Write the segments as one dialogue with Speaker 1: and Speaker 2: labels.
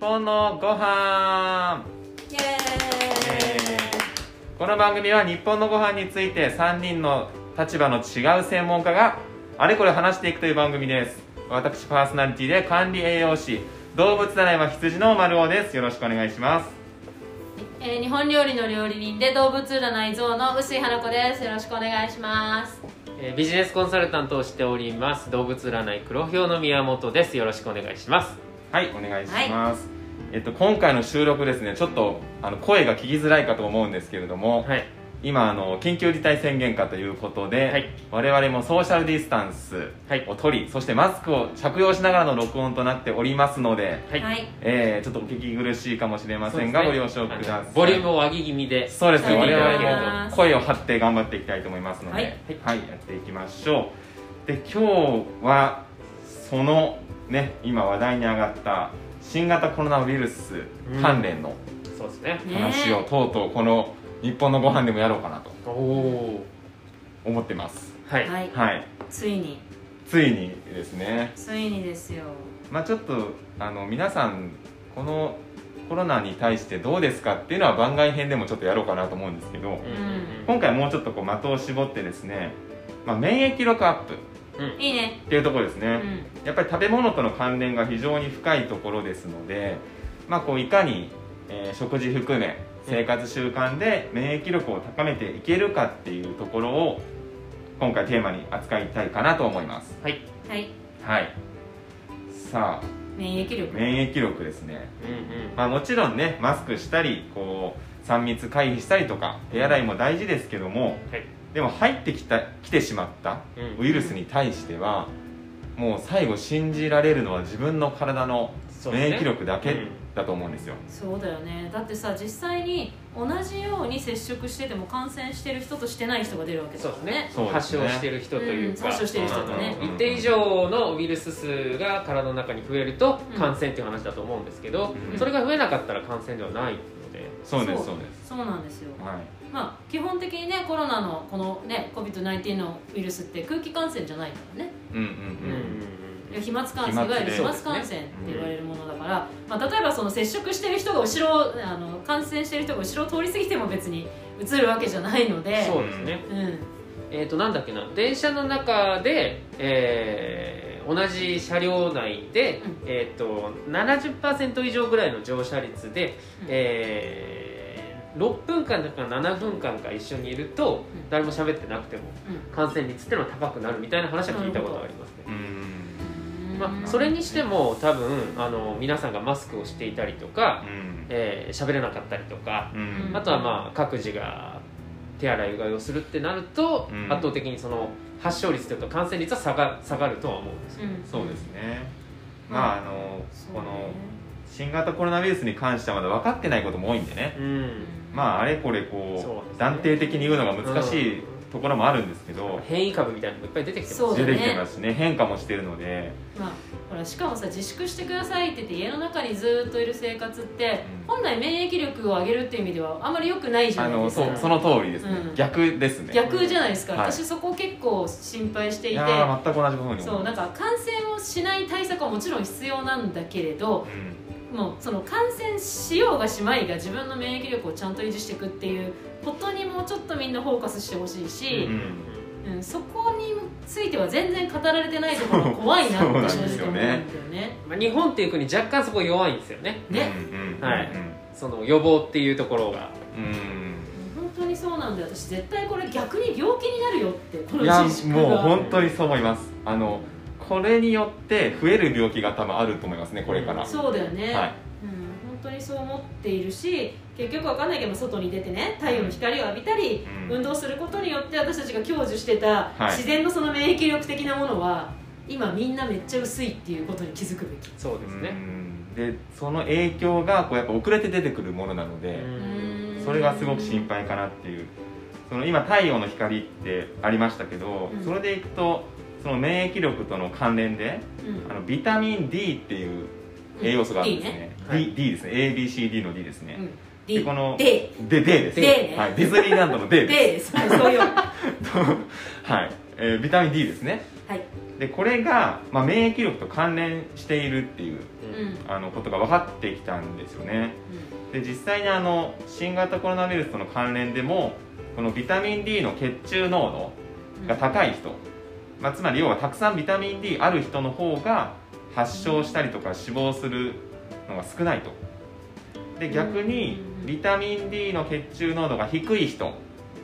Speaker 1: このご飯
Speaker 2: イエ
Speaker 1: この番組は日本のご飯について3人の立場の違う専門家があれこれ話していくという番組です私パーソナリティで管理栄養士動物占いは羊の丸尾ですよろしくお願いします
Speaker 2: ーイ、えー、日本料理の料理人で動物占い像の臼井花子ですよろしくお願いします
Speaker 3: えービジネスコンサルタントをしております動物占い黒豹の宮本ですよろしくお願いします
Speaker 1: はいお願いします、えっと今回の収録ですねちょっとあの声が聞きづらいかと思うんですけれども、
Speaker 3: はい
Speaker 1: 今あの緊急事態宣言下ということで、
Speaker 3: はい
Speaker 1: 我々もソーシャルディスタンス
Speaker 3: はい
Speaker 1: を取り、そしてマスクを着用しながらの録音となっておりますので、
Speaker 3: はい、
Speaker 1: えーちょっとお聞き苦しいかもしれませんが、
Speaker 3: そう
Speaker 1: ご
Speaker 3: で
Speaker 1: 了
Speaker 3: すね
Speaker 1: 承くださ
Speaker 3: あの
Speaker 1: い
Speaker 3: ボリュームを上げ気味で
Speaker 1: そうですね
Speaker 2: は
Speaker 1: 我
Speaker 2: い
Speaker 1: 々も声を張って頑張っていきたいと思いますのでは
Speaker 2: はい
Speaker 1: い、やっていきましょうで今日はそのね今話題に上がった新型コロナウイルス関連の
Speaker 3: そうですね
Speaker 2: ね
Speaker 1: 話をとうとうこの日本のご飯でもやろうかなと
Speaker 3: おお
Speaker 1: 思ってます
Speaker 3: ーはい、
Speaker 2: はい、
Speaker 1: はい
Speaker 2: ついに
Speaker 1: ついにですね
Speaker 2: ついにですよ
Speaker 1: まあちょっとあの皆さんこのコロナに対してどうですかっていうのは番外編でもちょっとやろうかなと思うんですけど
Speaker 3: うんうん
Speaker 1: 今回もうちょっとこう的を絞ってですね、まあ、免疫力アップっ
Speaker 3: うんうん
Speaker 2: いいね
Speaker 1: ていうところです
Speaker 2: う
Speaker 1: ね、
Speaker 2: ん
Speaker 1: やっぱり食べ物との関連が非常に深いところですので、まあ、こういかに、えー食事含め生活習慣で免疫力を高めていけるかっていうところを今回テーマに扱いたいかなと思います
Speaker 3: はい、
Speaker 2: はい
Speaker 1: はいさあ
Speaker 2: 免疫力
Speaker 1: 免疫力ですね、
Speaker 3: うんうん
Speaker 1: まあ、もちろんねマスクしたりこう3密回避したりとか手洗いも大事ですけども
Speaker 3: はい
Speaker 1: でも入ってきた来てしまった
Speaker 3: うん
Speaker 1: ウイルスに対してはもう最後信じられるのは自分の体の
Speaker 3: そうですね
Speaker 1: 免疫力だ
Speaker 3: う
Speaker 1: け
Speaker 3: ん
Speaker 1: だと思うんですよ、
Speaker 2: そうだよねだってさ実際に同じように接触してても感染してる人としてない人が出るわけだ
Speaker 3: そう
Speaker 2: か
Speaker 3: です
Speaker 2: ら
Speaker 3: ね
Speaker 1: そうです
Speaker 3: 発
Speaker 1: ね
Speaker 3: 症してる人というか、
Speaker 2: うん発症してる人とね
Speaker 3: うんうんうん一定以上のウイルス数が体の中に増えると感染っていう話だと思うんですけど、
Speaker 1: うん
Speaker 3: それが増えなかったら感染ではないので、
Speaker 1: そうです
Speaker 2: そ
Speaker 1: そうです
Speaker 2: そうなんですよ
Speaker 1: はい
Speaker 2: まあ基本的にねコロナのこのね COVID-19 のウイルスって空気感染じゃないからね
Speaker 1: うんうん
Speaker 3: うんうんうん
Speaker 2: いや飛沫感
Speaker 1: 飛沫
Speaker 2: 染いわゆる飛沫
Speaker 3: そう
Speaker 2: 感
Speaker 3: です
Speaker 2: 染って言われるものだから、まあ、例えばその接触してる人が後ろをあの感染してる人が後ろを通り過ぎても別にうつるわけじゃないので
Speaker 3: そうですね、
Speaker 2: うん、
Speaker 3: えっ、となんだっけな電車の中で、えー同じ車両内で、
Speaker 2: う
Speaker 3: えっ、と70%以上ぐらいの乗車率で、
Speaker 2: うん
Speaker 3: えー6分間だか7分間か一緒にいると
Speaker 2: うん
Speaker 3: 誰も喋ってなくても
Speaker 2: う
Speaker 3: 感染率ってのは高くなるみたいな話は聞いたことがありますね
Speaker 1: う。ん
Speaker 2: ん
Speaker 3: まあ、それにしても多分あの皆さんがマスクをしていたりとか
Speaker 1: う、ん
Speaker 3: えー喋れなかったりとか
Speaker 1: うん
Speaker 3: あとはまあ各自が手洗いうがいをするってなると、
Speaker 1: うん
Speaker 3: 圧倒的にその発症率というか感染率は下が下がるとは思うんですよ、
Speaker 2: うん
Speaker 1: そうですねまああの
Speaker 2: そう
Speaker 1: こ
Speaker 2: ね
Speaker 1: の新型コロナウイルスに関してはまだ分かってないことも多いんでね
Speaker 3: うん
Speaker 1: まああれこれ
Speaker 3: そう
Speaker 1: こ
Speaker 3: です
Speaker 1: う
Speaker 3: ね
Speaker 1: 断定的に言うのが難しい
Speaker 3: うん
Speaker 1: ところもあるんですけど
Speaker 3: 変異株みたいなのもいっぱい出てきてます
Speaker 2: そうだ
Speaker 1: 出
Speaker 2: ね
Speaker 1: てきてますしね変化もしてるので
Speaker 2: まあほらしかもさ自粛してくださいって言って家の中にずっといる生活って、
Speaker 1: うん
Speaker 2: 本来免疫力を上げるっていう意味ではあんまり良くないじゃ
Speaker 1: あ
Speaker 2: ない
Speaker 1: の
Speaker 2: ですか
Speaker 1: そうその通りですね
Speaker 2: うん
Speaker 1: 逆ですね
Speaker 2: 逆じゃないですか、
Speaker 1: はい
Speaker 2: 私そこ結構心配してい
Speaker 1: い
Speaker 2: て
Speaker 1: やー全く同じことに思います
Speaker 2: そうなんか感染をしない対策はもちろん必要なんだけれど
Speaker 1: う
Speaker 2: もうその感染しようがしまいが自分の免疫力をちゃんと維持していくっていうことにもうちょっとみんなフォーカスしてほしいし、うんそこについては全然語られてないところが怖いなって
Speaker 1: そう
Speaker 2: 正
Speaker 1: そうなんです
Speaker 2: 直思う
Speaker 1: よ
Speaker 2: んだよ
Speaker 1: ね
Speaker 2: ね。
Speaker 3: まあ、日本っていう国若干そこ弱いんですよね
Speaker 1: ん
Speaker 2: ね
Speaker 1: うんうんうん
Speaker 3: はいその予防っていうところが
Speaker 1: うん
Speaker 2: 本当にそうなんだよ私絶対これ逆に病気になるよってこの
Speaker 1: いや
Speaker 2: 自粛が
Speaker 1: もう本当にそう思いますあのこれによって増える病気が多分あると思いますねこれから
Speaker 2: そうだよ
Speaker 1: はい
Speaker 2: ね、うん、本当にそう思っているし結局わかんないけど外に出てね太陽の光を浴びたり、
Speaker 1: うん
Speaker 2: 運動することによって私たちが享受してた
Speaker 1: はい
Speaker 2: 自然のその免疫力的なものは今みんなめっちゃ薄いっていうことに気づくべき
Speaker 3: そうです
Speaker 1: う
Speaker 3: ね、
Speaker 1: んでその影響がこうやっぱ遅れて出てくるものなので
Speaker 3: うん
Speaker 1: それがすごく心配かなっていうその今太陽の光ってありましたけど
Speaker 2: うん
Speaker 1: それでいくとその免疫力との関連で
Speaker 2: うん
Speaker 1: あのビタミン D っていう栄養素があるんですね
Speaker 3: うん D
Speaker 1: D, D ですね ABCD の D ですね、
Speaker 2: うん
Speaker 1: で
Speaker 2: D
Speaker 1: この
Speaker 2: D
Speaker 1: で、でです。
Speaker 2: でね
Speaker 1: はい、ディズニーランドので
Speaker 2: D
Speaker 1: です。
Speaker 2: ですはいそうよ
Speaker 1: はい、えービタミン D ですね
Speaker 2: はい
Speaker 1: でこれが、まあ、免疫力と関連しているっていう
Speaker 2: う
Speaker 3: うんん
Speaker 2: うんうん
Speaker 1: あのことが分かってきたんですよねで実際にあの新型コロナウイルスとの関連でもこのビタミン D の血中濃度が高い人、まあ、つまり要はたくさんビタミン D ある人の方が発症したりとか死亡するのが少ないとで逆に
Speaker 2: うん
Speaker 1: ビタミン D の血中濃度が低い人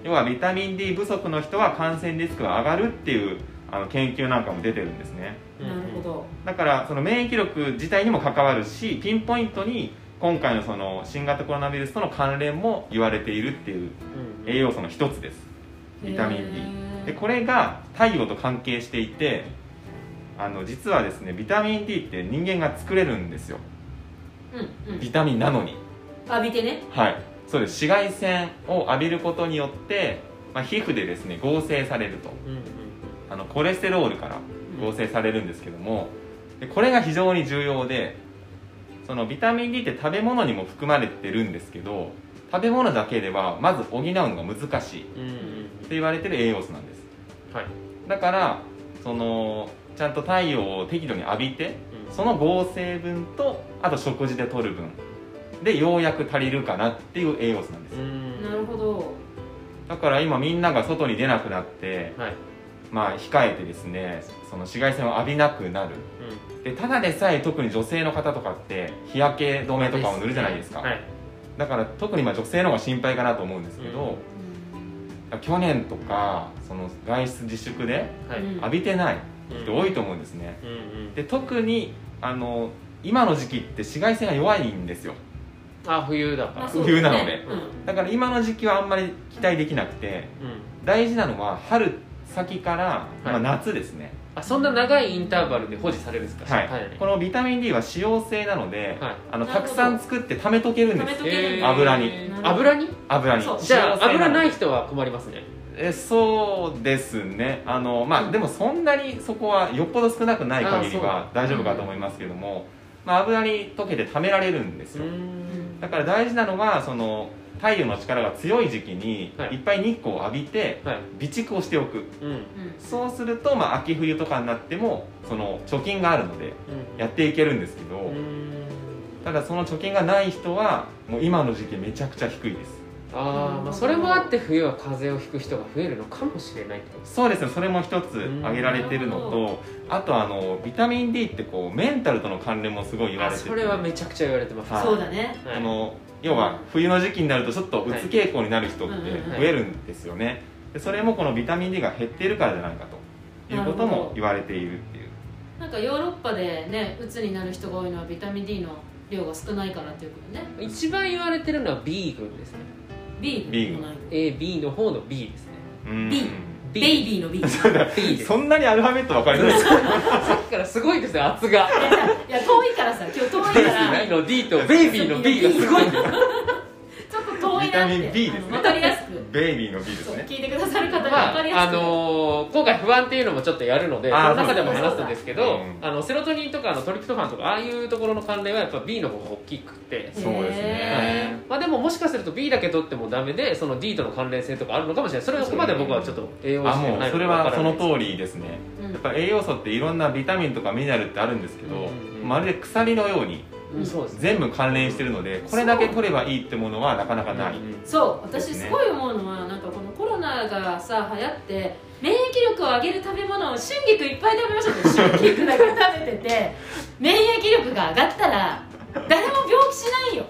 Speaker 1: 要はビタミン D 不足の人は感染リスクが上がるっていうあの研究なんかも出てるんですね
Speaker 2: うんなるほど
Speaker 1: だからその免疫力自体にも関わるしピンポイントに今回のその新型コロナウイルスとの関連も言われているっていう
Speaker 3: うん
Speaker 1: 栄養素の一つですビタミン D
Speaker 2: へ
Speaker 1: で
Speaker 2: ー
Speaker 1: これが太陽と関係していてあの実はですねビタミン D って人間が作れるんですよ
Speaker 2: うんうん
Speaker 1: ビタミンなのに
Speaker 2: 浴びてね
Speaker 1: はいそうです紫外線を浴びることによって、まあ、皮膚でですね合成されると
Speaker 3: うんうん
Speaker 1: あのコレステロールから合成されるんですけどもでこれが非常に重要でそのビタミン D って食べ物にも含まれてるんですけど食べ物だけではまず補うのが難しいって
Speaker 3: うんうんうん
Speaker 1: 言われてる栄養素なんです
Speaker 3: はい
Speaker 1: だからそのちゃんと太陽を適度に浴びて
Speaker 3: うん
Speaker 1: その合成分とあと食事で摂る分でようやく足りるかなっていう栄養素なんです
Speaker 3: うん
Speaker 2: なるほど
Speaker 1: だから今みんなが外に出なくなって
Speaker 3: はい
Speaker 1: まあ控えてですねその紫外線を浴びなくなるでただでさえ特に女性の方とかって日焼け止
Speaker 3: お
Speaker 1: めとかを塗るじゃないですか
Speaker 3: はい
Speaker 1: だから特に今女性の方が心配かなと思うんですけど、去年とかその外出自粛で
Speaker 3: はい
Speaker 2: うん
Speaker 1: 浴びてない人多
Speaker 3: い
Speaker 1: いと思うんですね、
Speaker 3: うんうん
Speaker 1: で特にあの今の時期って紫外線が弱いんですよ
Speaker 3: あ冬だか
Speaker 2: まあ
Speaker 3: ら
Speaker 2: そうだね
Speaker 1: 冬なので
Speaker 2: うん
Speaker 1: だから今の時期はあんまり期待できなくて
Speaker 3: うん
Speaker 1: 大事なのは春先から、まあ、夏ですね、
Speaker 3: あそんな長いインターバルで保持されるんですか
Speaker 1: はい
Speaker 3: はい
Speaker 1: このビタミン D は脂溶性なので、
Speaker 3: はい
Speaker 1: あのた
Speaker 2: なるほ
Speaker 1: く
Speaker 2: ど
Speaker 1: さん作って溜めとけるんで
Speaker 2: 食べ
Speaker 1: す
Speaker 2: と
Speaker 1: よ
Speaker 2: けるん
Speaker 3: え
Speaker 2: だ
Speaker 3: ー
Speaker 1: 油に
Speaker 3: 油に
Speaker 1: 油に
Speaker 2: そう
Speaker 3: じゃあ油ないい人は困りますね
Speaker 1: えそうですねあのまあ、
Speaker 2: うん
Speaker 1: でもそんなにそこはよっぽど少なくない限り
Speaker 3: あ
Speaker 1: は大丈夫かと思いますけども、まあ、油に溶けて溜められるんですよ、
Speaker 3: ん
Speaker 1: だから大事なのはその太陽の力が強い時期に
Speaker 3: は
Speaker 1: い
Speaker 3: い
Speaker 1: っぱい日光を浴びて
Speaker 3: はい
Speaker 1: 備蓄をしておく
Speaker 3: うんうん
Speaker 2: うん
Speaker 1: そうすると、まあ、秋冬とかになってもその貯金があるのでやっていけるんですけど、
Speaker 3: うん
Speaker 1: ただその貯金がない人はもう今の時期めちゃくちゃ低いです
Speaker 3: あーまあそれもあって冬は風邪をひく人が増えるのかもしれないってこと
Speaker 1: そうですねそれも一つ挙げられてるの
Speaker 2: う
Speaker 1: とあとあのビタミン D ってこうメンタルとの関連もすごい言わ
Speaker 3: あ
Speaker 1: れてて
Speaker 3: それはめちゃくちゃ言われてます
Speaker 1: はい
Speaker 2: そうだね
Speaker 1: あの要は冬の時期になるとちょっとうつ傾向になる人って
Speaker 2: はいうんうん
Speaker 3: うん
Speaker 1: 増えるんですよねでそれもこのビタミン D が減っているからじゃないかということ
Speaker 2: なるほ
Speaker 1: も
Speaker 2: ど
Speaker 1: 言われているっていう
Speaker 2: なんかヨーロッパでねうつになる人が多いのはビタミン D の量が少ないからっていうことね
Speaker 3: 一番言われてるのは B 群ですね
Speaker 2: B
Speaker 1: B
Speaker 2: もない
Speaker 3: AB の方の B ですね
Speaker 1: うん
Speaker 2: B ベイ
Speaker 3: B
Speaker 2: ビーの B い
Speaker 3: B です
Speaker 1: そんなにアルファベット分かりづらいです
Speaker 3: さっきからすごいですね圧が
Speaker 2: や遠いからさ今日遠いから
Speaker 3: B の D とベイビーの B がすご いんです
Speaker 2: ちょっと遠い
Speaker 1: ビ
Speaker 2: な
Speaker 1: タ
Speaker 2: っ
Speaker 1: ミ
Speaker 2: て
Speaker 1: ン B ですね
Speaker 2: 分かりやすく
Speaker 1: ベイビーの B です
Speaker 2: そう
Speaker 1: ね
Speaker 2: 聞いてくださる方が
Speaker 3: ま
Speaker 2: 分かりや
Speaker 3: あ
Speaker 2: す
Speaker 3: あ
Speaker 2: く
Speaker 3: のー今回不安っていうのもちょっとやるのでそ
Speaker 1: あー
Speaker 3: の中でも話すんですけ
Speaker 1: そう
Speaker 3: ど
Speaker 1: だねうん
Speaker 3: あのセロトニンとかあのトリプトファンとかああいうところの関連はやっぱ B の方が大きくて
Speaker 1: そうですね
Speaker 2: へ
Speaker 3: まあ、でももしかすると B だけ取ってもダメでその D との関連性とかあるのかもしれないそれはここまで僕はちょっと栄養
Speaker 1: あ
Speaker 3: 士で
Speaker 1: も
Speaker 3: はな
Speaker 1: う
Speaker 3: い
Speaker 1: それ
Speaker 3: でわ
Speaker 1: は
Speaker 3: か
Speaker 1: その
Speaker 3: らないです
Speaker 1: 通りですね
Speaker 2: ーうん
Speaker 1: やっぱ栄養素っていろんなビタミンとかミネラルってあるんですけど、
Speaker 3: うん
Speaker 1: まるで鎖のように
Speaker 3: うんそうですね
Speaker 1: 全部関連してるのでこれだけ取ればいいってものはなかなかない、
Speaker 3: うん
Speaker 2: そう私
Speaker 1: ですね
Speaker 2: すごい思うのはなんかこのコロナがさ流行って免疫力を上げる食べ物を春菊いっぱい食べましょうって春菊だけ食べて て免疫力が上がったら誰も病気しないよ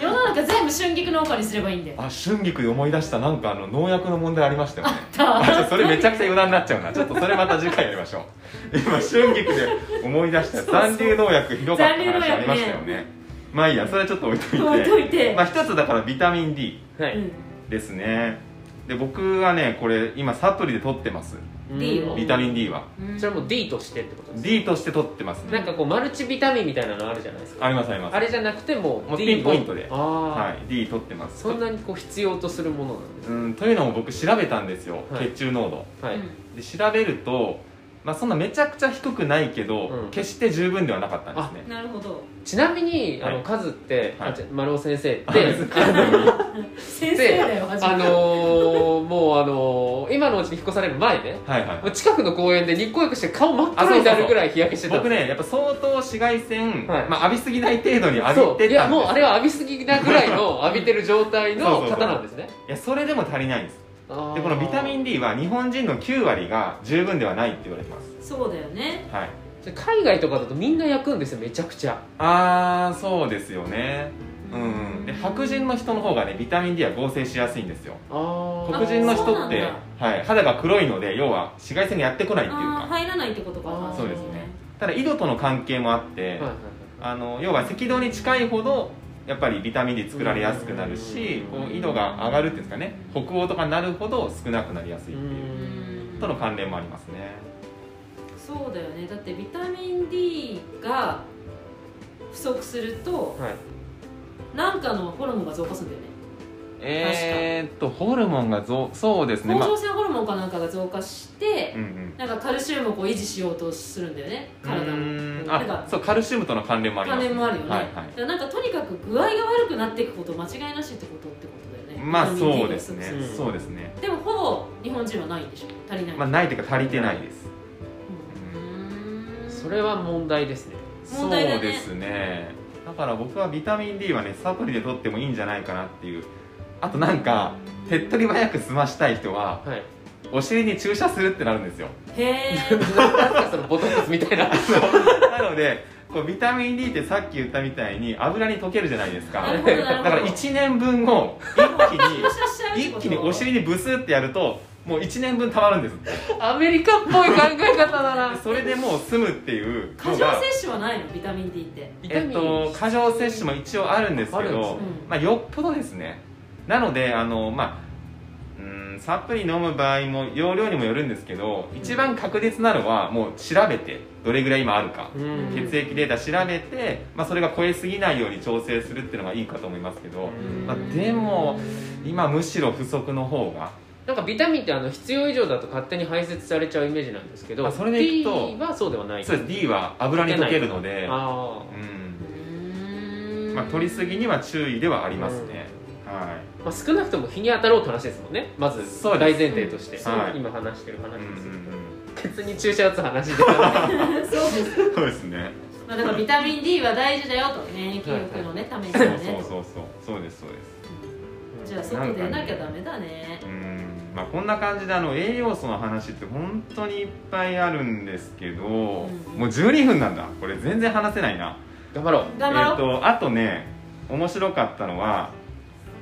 Speaker 2: 世の中全部春菊農家にすればいいんだよ
Speaker 1: あ春菊で思い出したなんかあの農薬の問題ありましたよね
Speaker 2: あ
Speaker 1: あちょっとそれめちゃくちゃ余談になっちゃうなちょっとそれまた次回やりましょう今春菊で思い出した残留農薬ひどかった
Speaker 2: 残留農
Speaker 1: 話
Speaker 2: 薬ね
Speaker 1: ありましたよねまあいいやそれはちょっと置いといて
Speaker 2: 置いといて
Speaker 1: まあ、一つだからビタミン D
Speaker 3: は
Speaker 2: う
Speaker 3: い
Speaker 2: ん
Speaker 1: ですねで僕はねこれ今サプリで取ってます
Speaker 2: D を
Speaker 1: ビタミン D は
Speaker 2: うん
Speaker 3: それはもう D としてってことです
Speaker 1: D として取ってますね
Speaker 3: なんかこうマルチビタミンみたいなのあるじゃないですか
Speaker 1: ありますあります
Speaker 3: あれじゃなくても
Speaker 1: も
Speaker 3: う
Speaker 1: う
Speaker 3: D
Speaker 1: ピンポイントで
Speaker 3: ああ、
Speaker 1: はい、D 取ってます
Speaker 3: そんなにこう必要とするものなんですね
Speaker 1: うんというのも僕調べたんですよ、
Speaker 3: はい
Speaker 1: 血中濃度
Speaker 3: はい、
Speaker 2: う
Speaker 3: うん
Speaker 2: ん
Speaker 1: で調べると、まあ、そんなめちゃくちゃ低くないけど、
Speaker 3: うん
Speaker 1: 決して十分ではなかったんですね
Speaker 2: なるほど
Speaker 3: ちなみにあの、
Speaker 1: はい
Speaker 3: カズって、
Speaker 1: はい
Speaker 3: あじゃ丸尾先生って、
Speaker 1: あ別に
Speaker 2: 先生だよ初め
Speaker 3: あのー、もうあのー、今のうちに引っ越される前ね
Speaker 1: はいはい
Speaker 3: 近くの公園で日光浴して顔真っ黒になるぐらい日焼けしてた
Speaker 1: 僕ねやっぱ相当紫外線、
Speaker 3: はい
Speaker 1: まあ、浴びすぎない程度に浴びてたんです
Speaker 3: そういやもうあれ
Speaker 1: は
Speaker 3: は浴びすぎなぐらい の浴びてる状態の方なんですね
Speaker 1: いやそれでも足りないんですで
Speaker 3: で
Speaker 1: このビタミン D は日本人の9割が十分ではないって言われてます
Speaker 2: そうだよね
Speaker 1: はい
Speaker 3: 海外とかだとみんな焼くんですよめちゃくちゃ
Speaker 1: ああそうですよねうんで白人の人の方がねビタミン D は合成しやすいんですよ
Speaker 3: あ
Speaker 1: 黒人の
Speaker 2: あそう
Speaker 1: 人
Speaker 2: な
Speaker 1: っ
Speaker 2: ん
Speaker 1: て
Speaker 2: だ、
Speaker 1: はい、肌が黒いので要は紫外線にやってこないっていう
Speaker 2: あー
Speaker 1: か
Speaker 2: 入らないってことか
Speaker 3: あー
Speaker 1: そうですねただ緯度との関係もあって、
Speaker 3: はいはい
Speaker 1: あの要は赤道に近いほどやっぱりビタミン D 作られやすくなるし
Speaker 3: うん
Speaker 1: こう緯度が上がるっていうんですかね北欧とかになるほど少なくなりやすいっていううんとの関連もありますね
Speaker 2: そうだよねだってビタミン D が不足すると
Speaker 3: はい
Speaker 2: なんかのホルモンが増加するんだよね
Speaker 1: えー、っとホルモンが増そうですね
Speaker 2: 甲
Speaker 1: まあ
Speaker 2: 状腺ホルモンかなんかが増加して
Speaker 1: うんうん
Speaker 2: なんかカルシウムをこう維持しようとするんだよね体
Speaker 1: う
Speaker 2: の
Speaker 1: ーん
Speaker 2: なん
Speaker 1: あ
Speaker 2: か
Speaker 1: そうカルシウムとの関連もありま
Speaker 2: 関
Speaker 1: す
Speaker 2: 連もあるよね、
Speaker 1: はい
Speaker 2: だ
Speaker 1: は
Speaker 2: からなんかとにかく具合が悪くなっていくこと間違いなしってことってことだよ
Speaker 1: い
Speaker 2: ね
Speaker 1: まあ
Speaker 2: ビタミン D
Speaker 1: そうですね
Speaker 2: が不足
Speaker 3: うん
Speaker 1: そうですね
Speaker 2: るでもほぼ日本人はないんでしょ足りない、
Speaker 1: まあないというか足りてないです
Speaker 2: うーん
Speaker 3: それは問題ですね
Speaker 1: そ
Speaker 2: 問
Speaker 1: う
Speaker 2: 題だね
Speaker 1: ですねだから僕はビタミン D はねサプリで取ってもいいんじゃないかなっていうあとなんか手っ取り早く済ましたい人は
Speaker 3: はい
Speaker 1: お尻に注射するってなるんですよ
Speaker 2: へえ
Speaker 3: なんかそのボトックスみたいな
Speaker 1: なのでこうビタミン D ってさっき言ったみたいに油に溶けるじゃないですか
Speaker 2: なる
Speaker 1: だ
Speaker 2: ほどなるほど
Speaker 1: から1年分を
Speaker 2: 注
Speaker 1: 一
Speaker 2: 射しちゃう
Speaker 1: 気に一
Speaker 2: っ てこと
Speaker 1: 気にお尻にブスってやるともう1年分たまるんですって
Speaker 3: アメリカっぽい考え方だな
Speaker 1: それでもう済むっていう
Speaker 2: 過
Speaker 1: の
Speaker 2: 剰
Speaker 1: が
Speaker 2: 摂取はないのビタミン D って
Speaker 3: ビタ
Speaker 1: え
Speaker 3: ミ
Speaker 1: っ
Speaker 3: ン
Speaker 1: と、過剰摂取も一応あるんです
Speaker 3: あ
Speaker 1: け
Speaker 3: るんです
Speaker 1: ど
Speaker 3: ね
Speaker 2: うん
Speaker 1: まあ、よっぽどですねなのであの、まあ、うんサプリ飲む場合も容量にもよるんですけど一番確実なのはもう調べてどれぐらい今あるか
Speaker 3: う
Speaker 2: うん
Speaker 1: 血液データ調べて、まあ、それが超えすぎないように調整するっていうのがいいかと思いますけどまあでも今むしろ不足の方が
Speaker 3: なんかビタミンってあの必要以上だと勝手に排泄されちゃうイメージなんですけど
Speaker 1: あそれでいくと
Speaker 3: D はそうではない
Speaker 1: そうです D は油に溶けるので、
Speaker 3: あー
Speaker 1: うん
Speaker 2: うん
Speaker 1: まあ、取りすぎには注意ではありますね、はい
Speaker 3: まあ、少なくとも日に当たろうって話ですもんねまず
Speaker 1: そう
Speaker 3: 大
Speaker 1: です
Speaker 3: 前提として、
Speaker 1: うんはい
Speaker 3: 今話してる話
Speaker 1: うん
Speaker 3: ですけど、
Speaker 1: う
Speaker 3: 別に注射打つ話ではない
Speaker 2: そうです
Speaker 1: んうんそうですね
Speaker 2: まあ、だからビタミン D は大事だよと免疫力のねためには
Speaker 1: そう
Speaker 2: ね
Speaker 1: そうそうそうそうですそうです
Speaker 2: じゃあ外出なきゃダメだね
Speaker 1: うーんまあこんな感じであの栄養素の話って本当にいっぱいあるんですけど、もう12分なんだこれ全然話せないな
Speaker 3: 頑張ろう
Speaker 2: 頑張ろう
Speaker 1: えっ、とあとね面白かったのは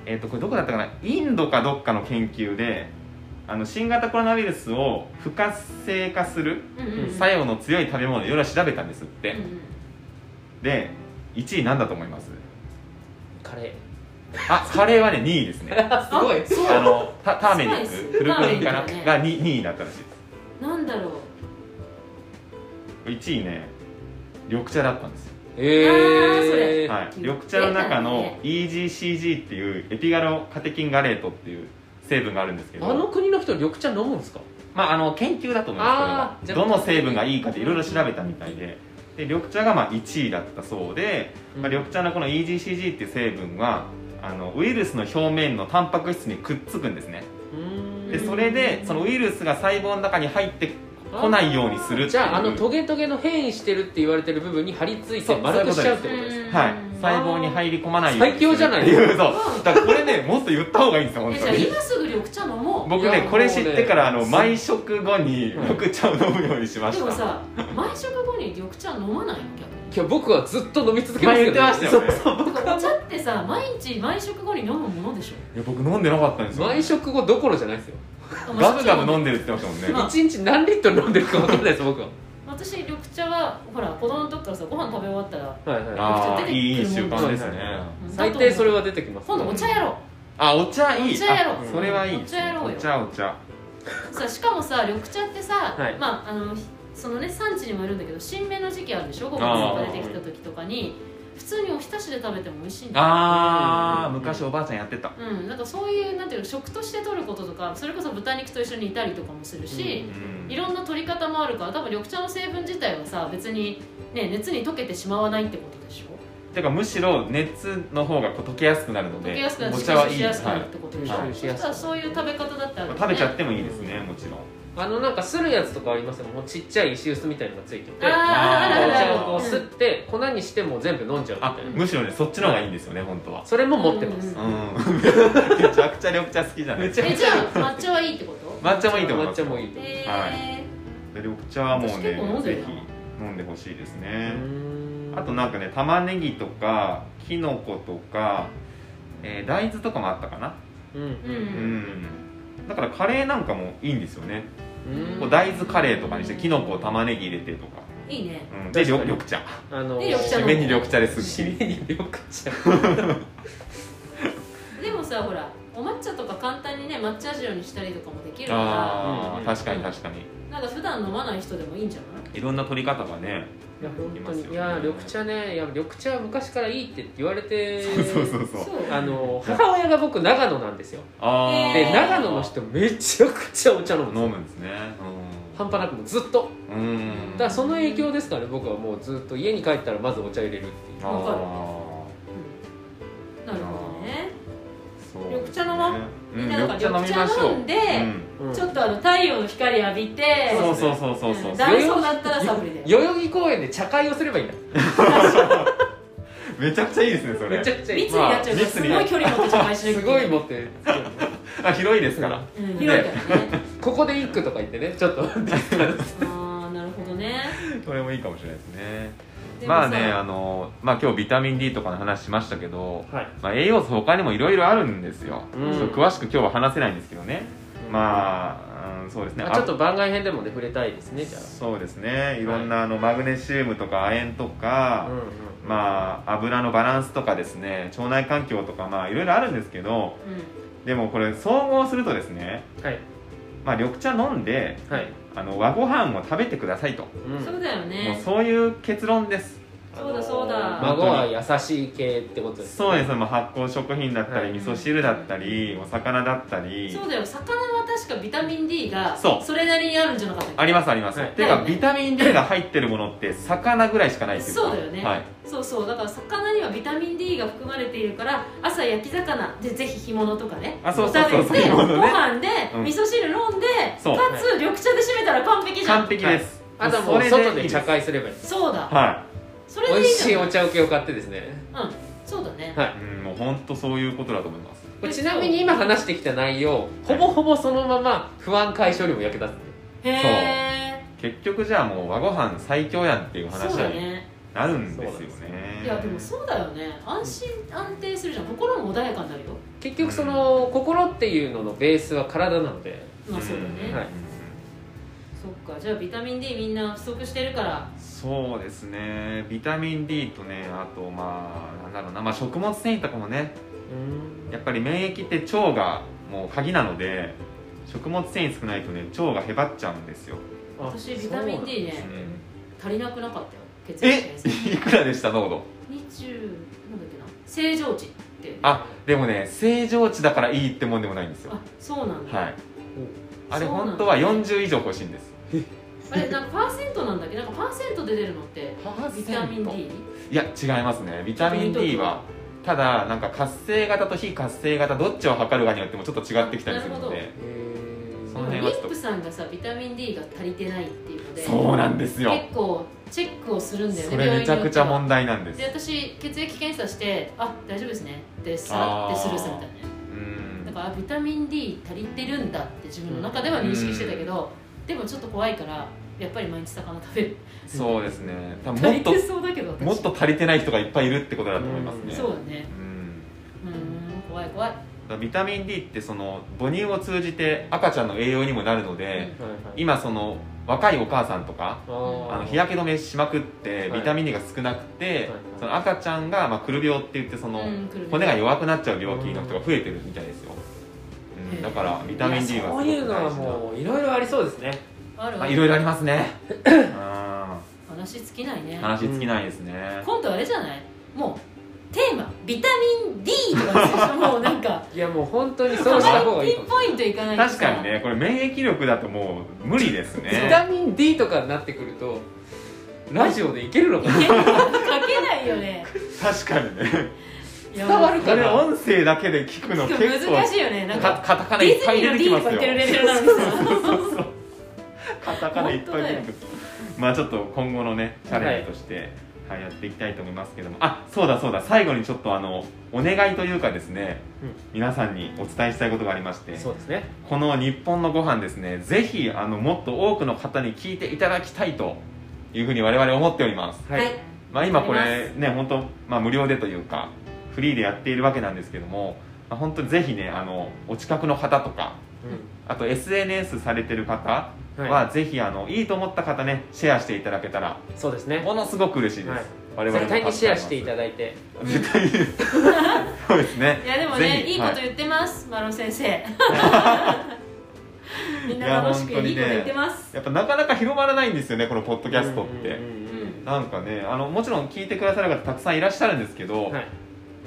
Speaker 1: えっ、とこれどこだったかなインドかどっかの研究であの新型コロナウイルスを不活性化する
Speaker 2: うんうんうん
Speaker 1: 作用の強い食べ物を夜は調べたんですって、
Speaker 2: うんうん
Speaker 1: で1位なんだと思います
Speaker 3: カレ
Speaker 1: あカレーはね2位ですね
Speaker 3: ーすごい
Speaker 2: そう
Speaker 1: あのタターメリック
Speaker 2: スパイス
Speaker 1: フルクリンかな
Speaker 2: ターメリックね
Speaker 1: が 2, 2位だったらしいで
Speaker 2: なんだろう
Speaker 1: す1位ね緑茶だったんですよ、
Speaker 3: え
Speaker 2: あーそれ
Speaker 3: えー
Speaker 1: はい、緑茶の中の
Speaker 2: ね
Speaker 1: EGCG っていうエピガロカテキンガレートっていう成分があるんですけど
Speaker 3: あの国の人緑茶飲むんですか
Speaker 1: まあ、あの研究だと思いま
Speaker 3: あー
Speaker 1: す
Speaker 3: じ
Speaker 1: け
Speaker 3: ゃあ
Speaker 1: どどの成分がいいかっていろいろ調べたみたいでで緑茶がまあ1位だったそうで、まあ、緑茶のこの EGCG っていう成分はあのウイルスの表面のタンパク質にくっつくんですね
Speaker 3: うーん
Speaker 1: でそれでそのウイルスが細胞の中に入って来ないようにするっていう
Speaker 3: じゃああのトゲトゲの変異してるって言われてる部分に張り付いて丸くしちゃうってことです
Speaker 2: うん
Speaker 1: はい、細胞に入り込まないように
Speaker 3: 最強じゃない
Speaker 1: っていう そうだからこれねもっと言った方がいいんですよ本
Speaker 2: えじゃ
Speaker 1: 当
Speaker 2: あ
Speaker 1: に
Speaker 2: 今すぐ緑茶飲も
Speaker 1: 僕
Speaker 3: いや
Speaker 1: ねこれ知ってからあ
Speaker 3: もう
Speaker 1: の
Speaker 3: ね
Speaker 1: 毎食後に
Speaker 3: うん
Speaker 1: 緑茶を飲むようにし
Speaker 2: う
Speaker 1: ま
Speaker 2: で
Speaker 1: し
Speaker 2: も
Speaker 1: た
Speaker 2: さ毎食後に緑茶飲まないの逆に
Speaker 3: 今日僕はずっと飲み続けますけ
Speaker 1: 前言
Speaker 3: ど、
Speaker 1: ってましたよね
Speaker 3: そうそう僕
Speaker 2: だからお
Speaker 3: は
Speaker 2: 茶ってさ毎日毎食後に飲むものでしょ
Speaker 1: いや僕飲んでなかったんですよ
Speaker 3: 毎食後どころじゃないですよ
Speaker 1: ガブガブ飲ん
Speaker 2: で
Speaker 1: でるって言ってましたもん
Speaker 2: ま
Speaker 1: ね
Speaker 2: あ
Speaker 3: 一日何リットル飲んでるか分かんないです僕は
Speaker 2: 私緑茶はほら子供の時からさご飯食べ終わったら
Speaker 3: はいはい
Speaker 1: あ
Speaker 2: ちょっ
Speaker 1: あ
Speaker 2: と
Speaker 1: い
Speaker 2: 出て
Speaker 1: い
Speaker 2: くるもん
Speaker 1: 習慣ですね
Speaker 2: うん
Speaker 3: 最低それは出てきます
Speaker 2: 今度お茶やろう
Speaker 1: あお茶いい
Speaker 2: お茶やろう
Speaker 1: あそれはいい
Speaker 2: お茶やろうよ
Speaker 1: お茶お茶
Speaker 2: さしかもさ緑茶ってさ、
Speaker 3: はい
Speaker 2: まああのひそのね産地にもよるんだけど新芽の時期あるでしょ5月とか出てきた時とかに普通におひたしで食べても美味しいんだよ
Speaker 1: ああ
Speaker 3: うん
Speaker 1: 昔おばあちゃんやってた
Speaker 2: うん、なんかそういうなんていうの食として取ることとかそれこそ豚肉と一緒に煮たりとかもする
Speaker 1: う
Speaker 2: し、
Speaker 1: ん
Speaker 2: いろんな取り方もあるから多分緑茶の成分自体はさ別に、ね、熱に溶けてしまわないってことでしょ
Speaker 1: てかむしろ熱の方がこう溶けやすくなるの
Speaker 2: 溶
Speaker 1: で
Speaker 2: けやすくなる
Speaker 1: お
Speaker 2: し
Speaker 1: 茶はいい
Speaker 2: 吸収しやすくな
Speaker 1: は
Speaker 2: るっ
Speaker 1: い
Speaker 2: てことでしょ、
Speaker 1: はい
Speaker 2: そしたらそういう食べ方だってあるよね
Speaker 1: 食べちゃってもいいですねもちろん
Speaker 3: あのなんかするやつとかありますよもうちっちゃい石臼みたいのがついてて
Speaker 2: あーあ
Speaker 1: ー
Speaker 2: るあるある
Speaker 3: お茶をこうすって粉にしてもう全部飲んじゃうみた
Speaker 1: あ
Speaker 3: いな
Speaker 1: むしろねそっちの方がいいんですよね本当は
Speaker 3: それも持ってます、
Speaker 2: うん
Speaker 1: うんめちゃくちゃ緑茶好きじゃないですか
Speaker 2: えじゃあ抹茶はいいってこと
Speaker 1: 抹茶もいいと思いま
Speaker 3: 抹
Speaker 1: す
Speaker 3: 茶もいいと思う
Speaker 2: えー
Speaker 1: は緑茶はもう
Speaker 2: 私結構飲
Speaker 1: ね
Speaker 2: んで
Speaker 1: ぜ
Speaker 2: るな
Speaker 1: ひ飲んでほしいです
Speaker 3: う
Speaker 1: ね
Speaker 3: ーん
Speaker 1: あとなんかね玉ねぎとかきのことか、えー大豆とかもあったかな
Speaker 3: うんうん
Speaker 1: う
Speaker 2: うん
Speaker 1: んだからカレーなんかもいいんですよね、
Speaker 3: うん
Speaker 1: こう大豆カレーとかにしてきのこ玉ねぎ入れてとか、
Speaker 2: いいね
Speaker 1: うん、で緑緑茶
Speaker 3: あの
Speaker 2: で緑茶飲
Speaker 1: 締
Speaker 2: む
Speaker 1: めに緑茶ですっき
Speaker 3: 締
Speaker 1: り
Speaker 3: めに緑茶
Speaker 2: でもさほらお抹茶とか簡単にね抹茶塩にしたりとかもできるか
Speaker 1: あ
Speaker 3: うん
Speaker 1: あ確かに確かに
Speaker 2: らなんか普段飲まない人でもいいんじゃない
Speaker 1: いろんな取り方がね
Speaker 3: いや本
Speaker 1: い
Speaker 3: 当
Speaker 1: ますよ
Speaker 3: に
Speaker 1: ね
Speaker 3: いや緑茶ねいや緑茶は昔からいいって言われて
Speaker 1: そうそうそう
Speaker 2: そう
Speaker 3: あの母親が僕長野なんですよ
Speaker 1: あー
Speaker 2: へ
Speaker 3: で
Speaker 2: ー
Speaker 3: 長野の人めちゃくちゃお茶飲むんです
Speaker 1: 飲
Speaker 3: よ
Speaker 1: むんですね
Speaker 3: 半端なくもうずっと
Speaker 1: うんうん
Speaker 3: だからその影響ですからね僕はもうずっと家に帰ったらまずお茶入れるっていう
Speaker 2: わかる
Speaker 1: あ
Speaker 2: なるほどね
Speaker 1: ーそう
Speaker 2: 緑茶飲もう
Speaker 1: う
Speaker 2: み
Speaker 1: ん
Speaker 2: んななんか
Speaker 1: 緑茶飲みま
Speaker 2: 緑茶
Speaker 1: しょう
Speaker 2: 飲んで
Speaker 3: うん
Speaker 2: ちょっとあの太陽の光浴びて
Speaker 1: そうそうそうそうそううん
Speaker 2: ダメそうだったらサプリで
Speaker 3: 代々木公園で茶会をすればいいんだ
Speaker 1: めちゃくちゃいいですねそ
Speaker 3: め
Speaker 1: れ
Speaker 3: ちゃくちゃいい
Speaker 2: 密になっちゃうから
Speaker 1: まあ密
Speaker 2: す
Speaker 1: に
Speaker 2: ごい距離持ってちゃ配信
Speaker 3: すごい持ってる
Speaker 1: あ広いですから
Speaker 2: うん広いからね
Speaker 3: ここで一句とか言ってねちょっと
Speaker 2: ああなるほどね
Speaker 1: これもいいかもしれないですね
Speaker 2: でもさ
Speaker 1: まあねあのまあ今日ビタミン D とかの話しましたけど、
Speaker 3: はい
Speaker 1: まあ、栄養素他にもいろいろあるんですよ、
Speaker 3: うん
Speaker 1: ちょっと詳しく今日は話せないんですけどね、まあ、うん、そうですね
Speaker 3: あちょっと番外編でもね触れたいですねじゃ
Speaker 1: そうですねいろんなあのマグネシウムとか亜鉛と
Speaker 3: あ
Speaker 1: か、
Speaker 3: うんうん
Speaker 1: まあ油のバランスとかですね腸内環境とかまあいろいろあるんですけど
Speaker 2: うん
Speaker 1: でもこれ総合するとですね、
Speaker 3: はい
Speaker 1: まあ、緑茶飲んで
Speaker 3: はい
Speaker 1: あの和ご飯を食べてくださいと、
Speaker 3: うん
Speaker 2: そうだよ
Speaker 1: も
Speaker 2: ね
Speaker 1: うそういう結論です
Speaker 2: そうだそうだ
Speaker 3: あの孫は優しい系ってことです
Speaker 1: そうですねもう発酵食品だったり、
Speaker 3: はい
Speaker 1: 味噌汁だったりお魚だったり
Speaker 2: そうだよ魚は確かビタミン D が
Speaker 1: そう
Speaker 2: それなりにあるんじゃなかったっけ
Speaker 1: ありますあります、
Speaker 3: はい
Speaker 1: ていうかビタミン D が入ってるものって魚ぐらいしかないっていうか
Speaker 2: そうだよね
Speaker 1: はい、
Speaker 2: そうそうだから魚にはビタミン D が含まれているから朝焼き魚でぜひ干物とかね
Speaker 1: あそうそうそう
Speaker 2: 食べて
Speaker 1: 干
Speaker 2: ご
Speaker 1: 物ね
Speaker 2: 飯で
Speaker 1: うん
Speaker 2: 味噌汁飲んで
Speaker 1: そう
Speaker 2: かつ緑茶で締めたら完璧じゃ
Speaker 1: 完
Speaker 2: ん
Speaker 1: 璧です、
Speaker 3: あとはもう
Speaker 1: それ
Speaker 3: 外
Speaker 1: いい
Speaker 3: です茶会すればいい
Speaker 2: そうだ
Speaker 1: は
Speaker 2: それ
Speaker 3: 美
Speaker 2: で
Speaker 3: 味
Speaker 2: いい
Speaker 3: し
Speaker 2: じ
Speaker 3: い
Speaker 2: ゃん
Speaker 3: お茶受けを買ってですね
Speaker 2: うんそうだね
Speaker 3: はい
Speaker 1: い、うん、もう本当そういうことだと思います
Speaker 3: これちなみに今話してきた内容ほぼほぼそのまま不安解消にも役立つ
Speaker 2: へえ
Speaker 1: 結局じゃあもう和ご飯最強やんっていう話
Speaker 2: そうだ
Speaker 1: に
Speaker 2: ね
Speaker 1: なるんですよ
Speaker 3: そう
Speaker 1: ね
Speaker 2: いやでもそうだよね安心安定するじゃん心も穏やかになるよ
Speaker 3: 結局その心っていうののベースは体なので
Speaker 2: まあそうだね、
Speaker 1: ん
Speaker 3: はい
Speaker 2: そっかじゃあビタミン D みんな不足してるから
Speaker 1: そうですねビタミン D とねあとまあなんだろうな、まあ、食物繊維とかもねやっぱり免疫って腸がもう鍵なので食物繊維少ないとね腸がへばっちゃうんですよ、
Speaker 3: あ
Speaker 2: 私ビタミン D ね
Speaker 3: そうなんです
Speaker 2: 足りなくなかったよ血液
Speaker 1: え
Speaker 2: 検査
Speaker 1: いくらでした濃度
Speaker 2: 20なんだっけな正常値っていう
Speaker 1: あでもね正常値だからいいってもんでもないんですよ
Speaker 2: あそうなんだ、
Speaker 1: はいあれ
Speaker 2: そうなんだ
Speaker 1: 本当は40以上欲しいんです
Speaker 2: あれなんかパーセントなんだっけなんかパーセントで出るのってビタミン D
Speaker 1: いや違いますねビタミン D はただなんか活性型と非活性型どっちを測るかによってもちょっと違ってきたりするの
Speaker 2: な
Speaker 1: でその
Speaker 2: でも
Speaker 1: 辺
Speaker 2: 妊
Speaker 1: はちょっと
Speaker 2: 婦さんがさビタミン D が足りてないっていうので
Speaker 1: そうなんですよ
Speaker 2: 結構チェックをするんだよね
Speaker 1: それめちゃくちゃ問題なんです
Speaker 2: で私血液検査してあ大丈夫ですねってさってスルーされたのね
Speaker 1: うん
Speaker 2: だからあビタミン D 足りてるんだって自分の中では認識してたけど、でもちょっと怖いからやっぱり毎日魚食べる
Speaker 1: そうです ね多分
Speaker 2: 足
Speaker 1: も
Speaker 2: り
Speaker 1: っと
Speaker 2: てそうだけど私
Speaker 1: もっと足りてない人がいっぱいいるってことだと思いますね
Speaker 2: そうだね
Speaker 1: うん
Speaker 2: うん怖い怖い
Speaker 1: だからビタミン D ってその母乳を通じて赤ちゃんの栄養にもなるので、
Speaker 3: はいはい
Speaker 1: 今その若いお母さんとか
Speaker 3: ー
Speaker 1: あの日焼け止めしまくって
Speaker 3: は
Speaker 1: ビ
Speaker 3: い
Speaker 1: タミン D が少なくて、
Speaker 3: いはい
Speaker 1: その赤ちゃんが、まあ、くる病って言ってその、
Speaker 2: うんくる病
Speaker 1: 骨が弱くなっちゃう病気の人が増えてるみたいですよ、うん
Speaker 2: へえ
Speaker 1: だからビタミン D はす
Speaker 3: そ
Speaker 1: ご
Speaker 3: う
Speaker 1: く
Speaker 3: いうのは
Speaker 1: 大事
Speaker 3: もういろいろありそうですね
Speaker 2: ある
Speaker 1: な
Speaker 2: わ
Speaker 1: あいろいろあります ねう
Speaker 2: 話尽きないね
Speaker 1: ん話尽きないですね、
Speaker 2: 今度あれじゃないもうテーマビタミン D とかにしてもうなんか
Speaker 3: いやもう本当に
Speaker 2: ピ
Speaker 3: そうした方がいいか
Speaker 2: ン
Speaker 3: も
Speaker 2: ポイントいかないと
Speaker 1: 確
Speaker 2: さ
Speaker 1: かにねこれ免疫力だともう無理です
Speaker 3: ビ
Speaker 1: ね
Speaker 3: タミン D とかになってくるとラジオでいけるのかな
Speaker 2: 書けないよね
Speaker 1: 確かにね
Speaker 2: いや
Speaker 3: 伝わる
Speaker 1: これ音声だけで聞くの
Speaker 2: しか
Speaker 1: 結
Speaker 2: も
Speaker 1: 構
Speaker 2: 難しいよねなん
Speaker 3: か
Speaker 2: か
Speaker 3: カタカナい
Speaker 2: ディ
Speaker 3: っ
Speaker 2: ズ
Speaker 3: ぱい
Speaker 2: ニー
Speaker 3: 入れ
Speaker 2: の
Speaker 3: て
Speaker 2: D
Speaker 3: きま
Speaker 2: とか
Speaker 3: す
Speaker 2: 言
Speaker 3: よ
Speaker 2: ってるレベルなのにさ
Speaker 1: そうそうカタカナいっぱい出てくるまあちょっと今後のねチャレンジとして、はいやっていきたいと思いますけどもあそうだそうだ最後にちょっとあのお願いというかですね、
Speaker 3: うん
Speaker 1: 皆さんにお伝えしたいことがありまして
Speaker 3: そうですね
Speaker 1: この日本のご飯ですねぜひあのもっと多くの方に聞いていただきたいというふうに我々思っております
Speaker 3: はい、
Speaker 2: はい
Speaker 1: まあ、今こ
Speaker 2: あり
Speaker 1: れね本当、まあ、無料でというかフリーでやっているわけなんですけども、まあ、本当にぜひねあのお近くの方とかあと SNS されてる方
Speaker 3: うんはい
Speaker 1: はぜひあのいいと思った方ねシェアしていただけたら
Speaker 3: そうですね
Speaker 1: ものすごく嬉しいです、
Speaker 3: はい
Speaker 1: 我々も
Speaker 3: 絶対にシェアしていた
Speaker 1: だ
Speaker 3: だいて
Speaker 1: 絶対に そうですね
Speaker 2: いやでも
Speaker 1: ぜ
Speaker 2: ね
Speaker 1: ひ
Speaker 2: いいこと
Speaker 1: は
Speaker 2: 言ってます、マロン先生 みんな楽し
Speaker 1: い
Speaker 2: く
Speaker 1: や
Speaker 2: い
Speaker 1: 本当
Speaker 2: い
Speaker 1: にね
Speaker 2: こと言ってます
Speaker 1: やっぱなかなか広まらないんですよねこのポッドキャストって、
Speaker 3: うんうんうん
Speaker 1: なんかねあのもちろん聞いてくださる方たくさんいらっしゃるんですけど、
Speaker 3: うんはい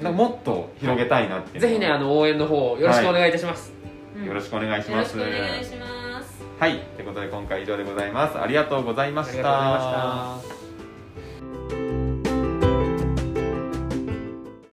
Speaker 1: なんかもっと広げたいなっていうの
Speaker 3: ぜ
Speaker 1: は
Speaker 3: ひねあの応援の方よろしくお願いいたします、
Speaker 2: うん
Speaker 1: よろしくお願いし
Speaker 2: よ
Speaker 1: ま
Speaker 2: ろし
Speaker 1: す
Speaker 2: くお願いします
Speaker 1: はい、ということで今回以上でございます。ありがとうございま
Speaker 3: あ
Speaker 1: し
Speaker 3: りがとうございました